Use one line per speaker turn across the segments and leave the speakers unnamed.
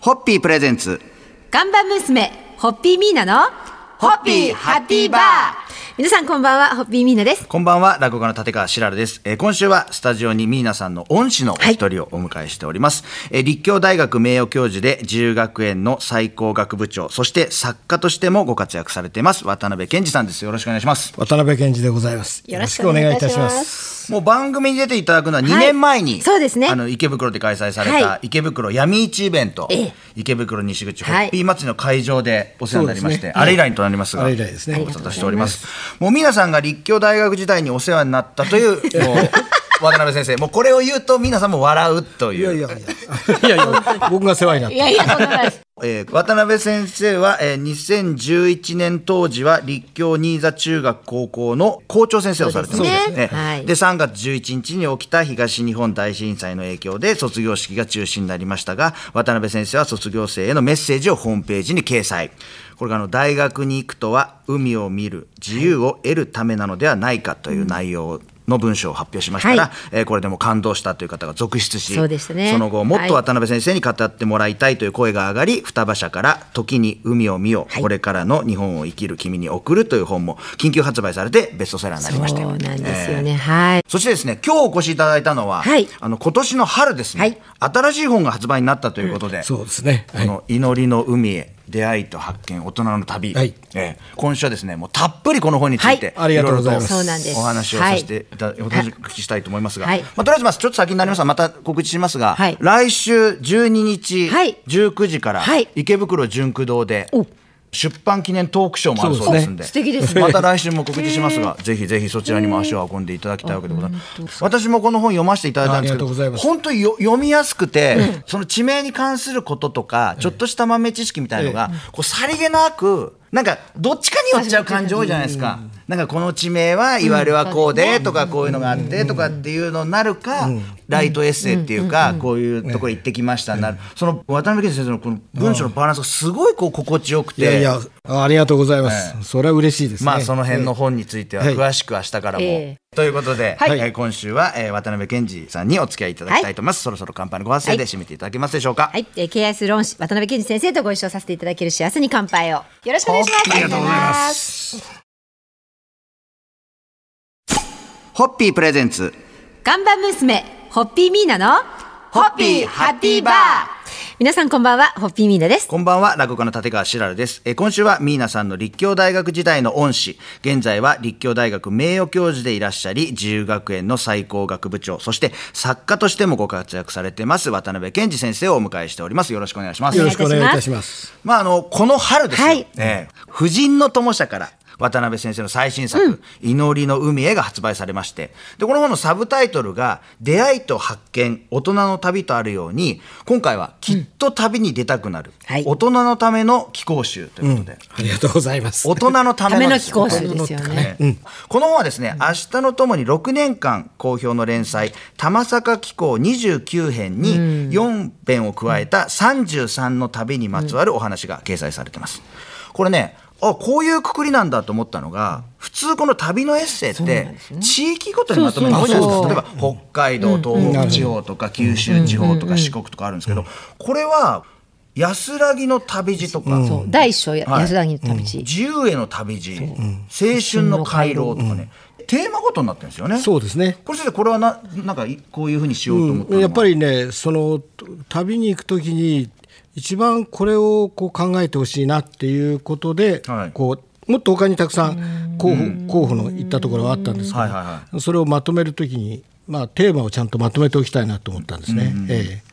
ホッピープレゼンツ。
ガンバ娘、ホッピーミーナの、
ホッピーハッピーバー
皆さんこんばんは、ホッピーミーナです。
こんばんは、落語家の立川しらるです。えー今週はスタジオにミーナさんの恩師のお一人をお迎えしております。えー立教大学名誉教授で自由学園の最高学部長、そして作家としてもご活躍されています、渡辺健二さんです。よろしくお願いします。
渡辺健二でございます。
よろしくお願いいたします
よろくお願いいたし
もう番組に出ていただくのは2
はい
年前に、
そうですね
あの池袋で開催され
は
た池袋闇市イベント、
ええ
池袋西口ホ
はい
ッピー祭りの会場でお世話になりまして、
そうですね
あれ以来となりますが、
あれ以来ですね
ご無沙汰しております。もう皆さんが立教大学時代にお世話になった という、もう渡辺先生、もうこれを言うと皆さんも笑うという。
いやいやいや。いやいや、 僕が世話になっ
いやいや、とんでもないです。
えー渡辺先生は、えー2011年当時は立教新座中学高校の校長先生をされてます
そうですね
ね
はい
で3月11日に起きた東日本大震災の影響で卒業式が中止になりましたが渡辺先生は卒業生へのメッセージをホームページに掲載これがあの大学に行くとは海を見る自由を得るためなのではないかという内容の文章を発表しましたが、
はい
えーこれでも感動したという方が続出し
そうでしたね
その後もっと
はい
渡辺先生に語ってもらいたいという声が上がり双葉社から「時に海を見よ、
い
これからの日本を生きる君に送る」という本も緊急発売されてベストセラーになりました
そ
よ
うなんです
え
よ
ー
ね。はい。
そしてですね今日お越しいただいたのは、
はい
あの今年の春ですね、
はい
新しい本が発売になったということで、
た。そうですね。
この祈りの海へ出会いと発見大人の旅、
はい
ええ今週はですねもうたっぷりこの本について、
はいありがとうございます
ろろ
そうなんです
お話をさせていただ、お
はい
聞きしたいと思いますが、
はい
まあ、とりあえずまあちょっと先になりますがまた告知しますが、
はい
来週12日、
はい
19時から、
はい
池袋純駆動で
お
出版記念トークショーもあるそうですんで
そうですねお素敵ですね
また来週も告知しますがぜひぜひそちらにも足を運んでいただきたいわけでございます私もこの本読ませていただいたんですけ
ありがとうござい
ど
ます
本当によ読みやすくて、その地名に関することとか、ちょっとした豆知識みたいのが、こうさりげなくなんかどっちかに寄っちゃう感じ多いじゃないですか。なんかこの地名はいわれはこうでとかこういうのがあってとかっていうのになるか、ライトエッセイっていうか、こういうところ行ってきましたになる、その渡辺謙先生のこの文章のバランスがすごいこう心地よく
いやい
て
や、ありがとうございます。それは嬉しいですね。
まあその辺の本については
はい
詳しく明日からも。
ええ
ということで、
はい
えー今週は、えー渡辺謙二さんにお付き合いいただきたいと思います。そろそろ乾杯のご発声で締めていただけますでしょうか。
はい、えー、KS 論師、渡辺健二先生とご一緒させていただける幸せに乾杯を。よろしくお願いします。
ありがとうございます。ホッピープレゼンツ。
ガンバ娘、ホッピーミーナの、
ホッピーハッピーバー
皆さんこんばんは、ホッピーミーナです。
こんばんは、落語家の立川しらるです。えー今週はミーナさんの立教大学時代の恩師、現在は立教大学名誉教授でいらっしゃり、自由学園の最高学部長、そして作家としてもご活躍されてます、渡辺健二先生をお迎えしております。よろしくお願いします。
よろしくお願いいたします。
まあ、あの、この春ですよ。
はい
ええ婦人の友者から、渡辺先生の最新作、祈りの海へが発売されまして、で、この本のサブタイトルが、出会いと発見、大人の旅とあるように、今回は、きっと旅に出たくなる、
はい
大人のための寄稿集ということで、
ありがとうございます。
大人のた
た
め
め
の
の
です
貴
よ
公衆ですよね。
ねこの本はですね、明日のともに6年間好評の連載、玉坂紀行29編に4編を加えた33の旅にまつわるお話が掲載されてます。これね、あこういうくくりなんだと思ったのが、普通この旅のエッセイって、地域ごとにまとめて多いじゃないですか。例えば北海道、東北地方とか九州地方とか四国とかあるんですけど、これは安らぎの旅路とか、
そう第一章や、
はい
安田に旅路、
自由への旅路、青春の回廊とかね、テーマごとになってるんですよね。
そうですね。
これ先生、これはな、なんかい、こういうふうにしようと思ったの
うん
は
やっぱりね、その旅に行くときに、一番これをこう考えてほしいなっていうことで、
はい
こうもっと他にたくさん候補候補の行ったところはあったんですけど、
はいはいは
それをまとめるときに、まあ、テーマをちゃんとまとめておきたいなと思ったんですね。ええ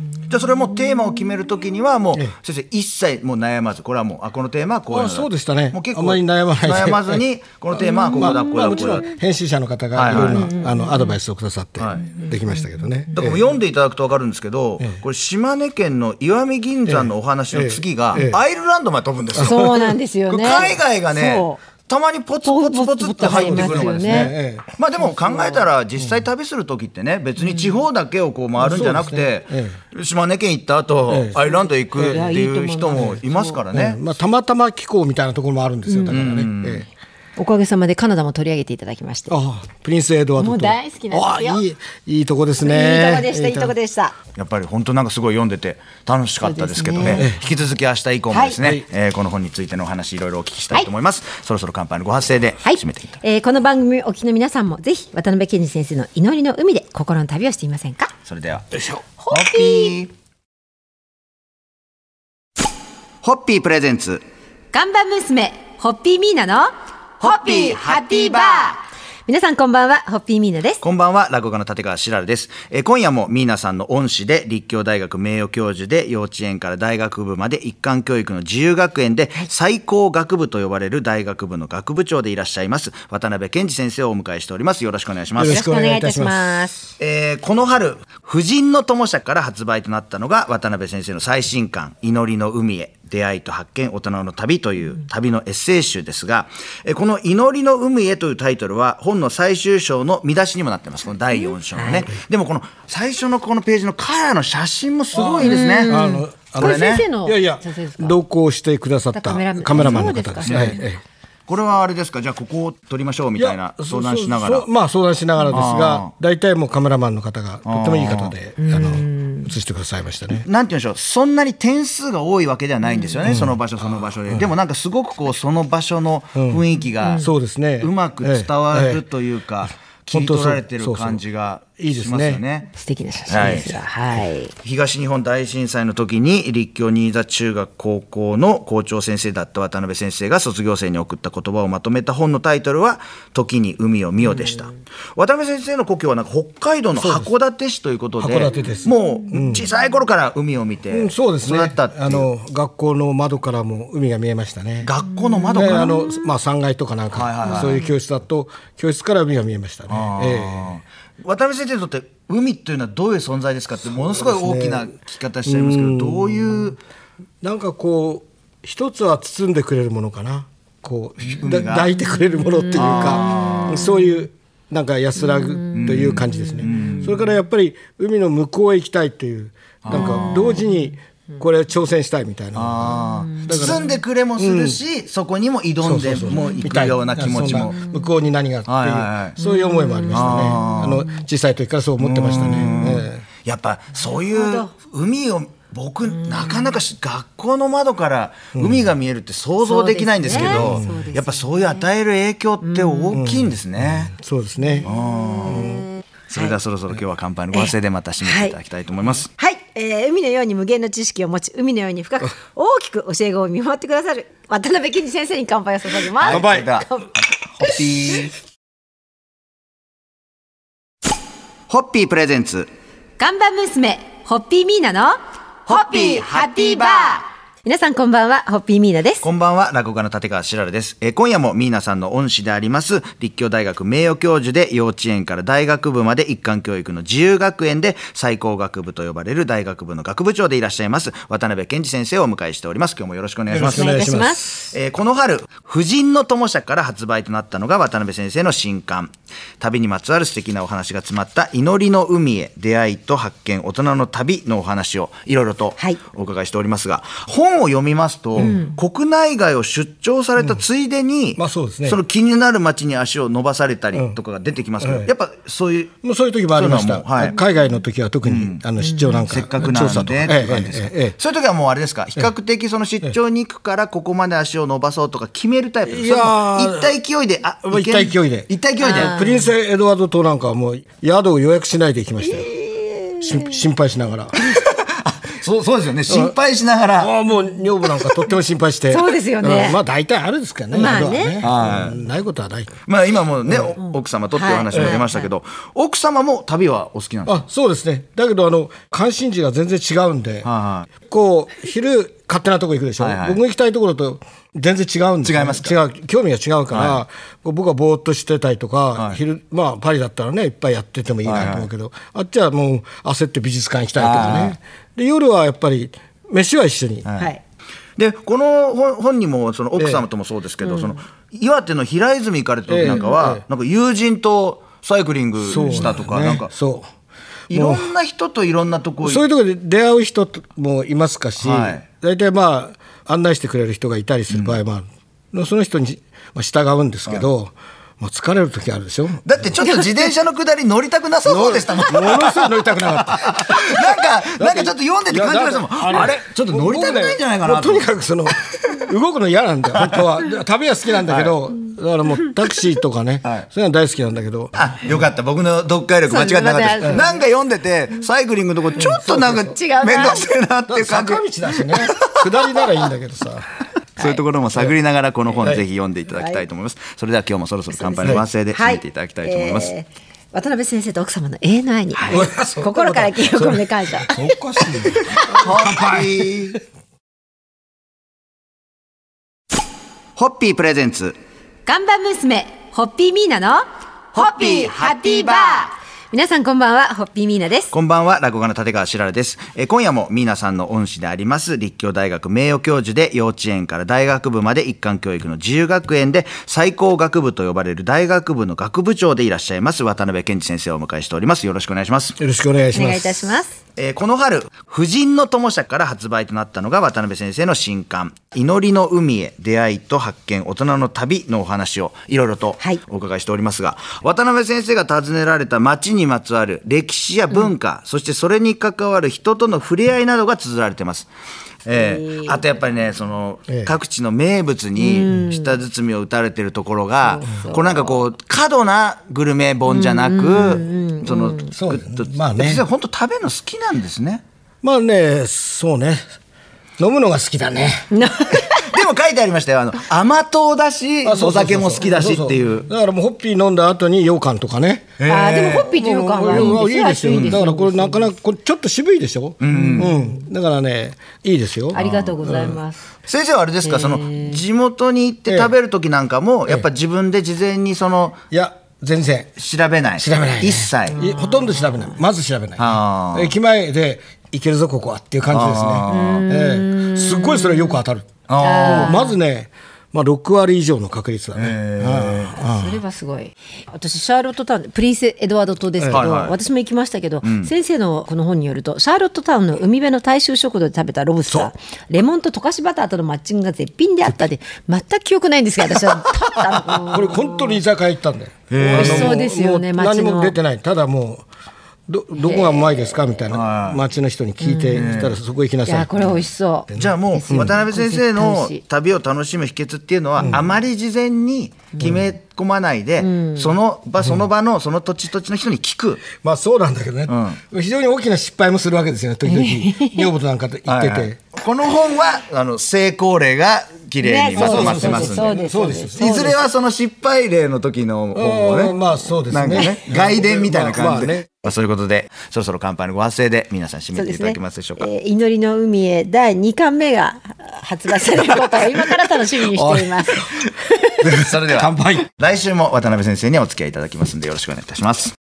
じゃあ、それもテーマを決めるときには、もう、先生、一切もう悩まず、これはもう、あ、このテーマはこういうのだ
あそうでしたね
もう結構
あまり悩まないで
悩まずに、このテーマはここだ、ここ
まあ、
だ、
も
こ
ち
こだ。
ろん編集者の方がいろんなあのアドバイスをくださってできましたけどね。
だからもう読んでいただくと分かるんですけど、これ島根県の石見銀山のお話の次が、
ええええ
アイルランドまで飛ぶんですよ。
そうなんですよね
海外がね
そ、
たまにポツポツポツって入ってくるのがです
ポツポツポツって入りますよ
ね
ね。
まあでも考えたら実際旅する時ってね、別に地方だけをこう回るんじゃなくて
そうですね、
島根県行った後
ええ
アイルランド行くっていう人もいますからね。
まあ、たまたま気候みたいなところもあるんですよだからね。ええ
おかげさまでカナダも取り上げていただきまして。
あプリンスエドワード
も
と
う大好きなんですよ
あいいいいとこです
いいとこ
ね
でした、いいとこでした。
やっぱり本当なんかすごい読んでて楽しかったですけどね
そうです
引き続き明日以降もですね、
はい
えーこの本についてのお話いろいろお聞きしたいと思います、そろそろ乾杯のご発声で
はい
締めていただきたいと思います、
えーこの番組をお聞きの皆さんもぜひ渡辺健二先生の祈りの海で心の旅をしてみませんか
それではよいしょホッピーホッピープレゼンツ
看板娘、ホッピーミーナの、
ホッピーハッピーバー
皆さんこんばんは、ホッピーミーナです。。
こんばんは、落語家の立川しらるです。えー今夜もミーナさんの恩師で、立教大学名誉教授で、幼稚園から大学部まで一貫教育の自由学園で、最高学部と呼ばれる大学部の学部長でいらっしゃいます、渡辺健二先生をお迎えしております。よろしくお願いします
よろ。しくお願いいたします
えーこの春、婦人の友社から発売となったのが、渡辺先生の最新刊、祈りの海へ、出会いと発見、大人の旅という旅のエッセイ集ですが、えーこの祈りの海へというタイトルは、本の最終章の見出しにもなってます。この第4章のね。でもこの最初のこのページのカラーの写真もすごいですね。
あのあ
こ
の
れ
ね
先生の
いやいや
先生ですか
同行してくださった
カメラ
カメラマンの方
そう
で
ですす
ね
か
はいええ
これはあれですかじゃあここを撮りましょうみたいな
や
相談しながら。
そうそうまあ相談しながらです
あ
が大体もうカメラマンの方がとってもいい方であの写してくださいましたね
なんて言うんでしょうそんなに点数が多いわけではないんですよね、その場所その場所で、でもなんかすごくこうその場所の雰囲気が、
そうですね
うまく伝わるというか、切り取られて
本
る
当そう
感じが
そうそういいで
し
す
ま
ね
すよね。
素敵な写真ですが、はい。
東日本大震災の時に立教新座中学高校の校長先生だった渡辺先生が卒業生に送った言葉をまとめた本のタイトルは「時に海を見よ」でした、渡辺先生の故郷はなんか北海道の函館市ということで
函館です
もう小さい頃から海を見
う
て
んそう
育
ですね
ったっていう,、
あの学校の窓からも海が見えましたね
学校の窓か
ね
ら
あのまあ3階とかなん
はいはいは
か
い
そういう教室だと教室から海が見えましたねええ
渡辺先生にとって海っていうのはどういう存在ですかってものすごい大きな聞き方しちゃいますけどどういう
なんかこう一つは包んでくれるものかなこうだ
が
抱いてくれるものっていうかそういうなんか安らぐという感じですねそれからやっぱり海の向こうへ行きたいというなんか同時にこれ挑戦したいみたいな
包んでくれもするし、そこにも挑んでも行
み
く
たい
ような気持ちも
そんな向こうに何がって
はいはいはい
いうそういう思いもありましたねあの小さい時からそう思ってましたねええ
やっぱそういう海を僕なかなかし学校の窓から海が見えるって想像できないんですけど、
そうですねそうですね
やっぱそういう与える影響って大きいんですね。
そうですね
それではそろそろ今日は乾杯のご発声でまた締めていただきたいと思います。
はい、えー海のように無限の知識を持ち、海のように 深く大きく教え子を見守ってくださる渡辺健二先生に乾杯を捧げます。
乾杯だ。ホッピー。ホッピープレゼンツ。
看板娘、ホッピーミーナの、
ホッピーハッピーバー
皆さんこんばんは、ホッピーミーナです。
こんばんは、落語家の立川しらるです。えー今夜もミーナさんの恩師であります、立教大学名誉教授で、幼稚園から大学部まで一貫教育の自由学園で、最高学部と呼ばれる大学部の学部長でいらっしゃいます、渡辺健二先生をお迎えしております。今日もよろしくお願いします。
よろしくお願いします
す。
えーこの春、婦人の友社から発売となったのが渡辺先生の新刊。旅にまつわる素敵なお話が詰まった祈りの海へ出会いと発見、大人の旅のお話をいろいろと
はい
お伺いしておりますが、本を読みますと、国内外を出張されたついでに、
まあそうですね
の気になる街に足を伸ばされたりとかが出てきますけど、
ええ
やっぱそういう、
もうそういう時もありまし
そう
た
いうのはもうはい
海外の時は特にあの出張なんか
せっかくなん
調査とか
でっていう感じですか
ええええええ
そういう時はもうあれですか比較的その出張に行くからここまで足を伸ばそうとか決めるタイプですか
いや
そ
ー
れとも行った勢いであ
まあ
行け
行った勢いで
行った勢いで
プリンスエドワード島なんかはもう宿を予約しないで行きましたよ、し心配しながら
そうそうですよね心配しながら
ああもう女房なんかとっても心配し て
そうですよね
んまあ大体あるんですからね,、
まあね
宿はねうんないことはない
まあ今もねお奥様とっていう話も出ましたけど奥様も旅はお好きなんですか
あそうですねだけどあの関心事が全然違うんで、
は
こう昼勝手なとこ行くでしょ、
はいはい
僕の行きたいところと全然違うんです、
違います
違う興味が違うから、こう僕はぼーっとしてたりとか、昼まあパリだったらねいっぱいやっててもいいなと思うけど、あっちはもう焦って美術館行きたいとかねで夜はやっぱり飯は一緒に、
はい。
でこの本本にもその奥様ともそうですけど、その岩手の平泉行かれた時なんかは、
ええ
なんか友人とサイクリング
そう
したとか、
ね
なんか
そう
いろんな人といろんなとこ行
そういうところで出会う人もいますかし、
はい
大体まあ案内してくれる人がいたりする場合もある、その人にまあ従うんですけど、まあ、疲れる時あるでしょも
だってちょっと自転車の下り乗りたくなさそうで したもん。なんか、
のすごい乗りたくなかった
なんかちょっと読んでて感じましたもん。
いやだって
あれちょっと乗りたくないんじゃないかな
もうとにか くその動くの嫌なんだよ本当はで旅は好きなんだけど、だからもうタクシーとかね、
はい
そういうのは大好きなんだけど
あ、よかった。僕の読解力間違ってなかったで
そう
す。なんか読んでて、サイクリングのとこ、ちょっとなんか、
そう違うな
面倒くせえなっていう感じ
坂。道だ しね下りならいいんだけどさ
そういうところも探りながら、この本ぜひ読んでいただきたいと思います。それでは今日もそろそろ乾杯の晩成で締めていただきたいと思います。
はえー渡辺先生と奥様の永遠の愛に、
い
心から清込め感謝。
おかしい
乾杯ホッピープレゼンツ。
看板娘、ホッピーミーナの、ホッピーハッピーバー。皆さんこんばんは、ホッピーミーナです。
こんばんは、落語家の立川しららです。えー今夜もミーナさんの恩師であります、立教大学名誉教授で幼稚園から大学部まで一貫教育の自由学園で最高学部と呼ばれる大学部の学部長でいらっしゃいます、渡辺健二先生をお迎えしております。よろしくお願いします。
よろしくお願いし
お
ます
願いいたします。
えーこの春、婦人の友社から発売となったのが渡辺先生の新刊、祈りの海へ出会いと発見、大人の旅のお話をいろいろと
はい
お伺いしておりますが、渡辺先生が訪ねられた町にまつわる歴史や文化、そしてそれに関わる人との触れ合いなどが綴られてます。えーあとやっぱりねその、
ええ
各地の名物に舌包みを打たれてるところが、こうなんかこう過度なグルメ本じゃなく、その
そう
グッと
まあね
先生本当食べるの好きなんですね。
まあねそうね飲むのが好きだね
でも書いてありましたよ。あの甘党だし、
あそうそうそう
お酒も好きだしっていう。
だからもうホッピー飲んだ後に羊羹とかね
あーでもホッピーという感
もう
はいい
い
い
で
ですす
よ
よ。いいですよ
だからこれなかなかこれちょっと渋いでしょ、うんだからねいいですよ
ありがとうございます。
先生はあれですか、その地元に行って食べる時なんかも、やっぱ自分で事前にその
いや全然
調べない。
調べない、ね、
一切。
いほとんど調べないまず調べ
あ
ない駅前で行けるぞここはっていう感じですね、ええ、すっごいそれはよく当たるまずね、まあ、6割以上の確率だね、
それはすごい。私シャーロットタウンプリンスエドワード島ですけど、
はいはい
私も行きましたけど、先生のこの本によるとシャーロットタウンの海辺の大衆食堂で食べたロブスターレモンと溶かしバターとのマッチングが絶品であったで全く記憶ないんですけど 私は食べたの
これ本当に居酒屋行ったんだよ
美味しそうですよね
もう何
街の
も出てないただもうどどこがうまいですかみたいな街の人に聞いていたらそこ行きないさ
や
い
これ美味しそう。
じゃあもう渡辺先生
これ絶対美
の
味しい
旅を楽しむ秘訣っていうのは、あまり事前に決め込まないで、その場その場のその土地土地の人に聞く。
まあそうなんだけどね、非常に大きな失敗もするわけですよね時々 女房となんかと行ってて、
はいはいこの本はあの成功例が綺麗にまとまってますんで
そうですそうです
そうです
いずれはその失敗例の時の本を
う
ね。
んまあそうですね
なんかね、外伝みたいな感じで。まあ
まあまあね
そういうことで、そろそろ乾杯のご発声で皆さん締
そ
め
う
て
で
い
す
た
ね
だけますでしょうか。
えー祈りの海へ第2巻目が発売されることを今から楽しみにして います。
それでは、
乾杯
来週も渡辺先生にはお付き合いいただきますんでよろしくお願いいたします。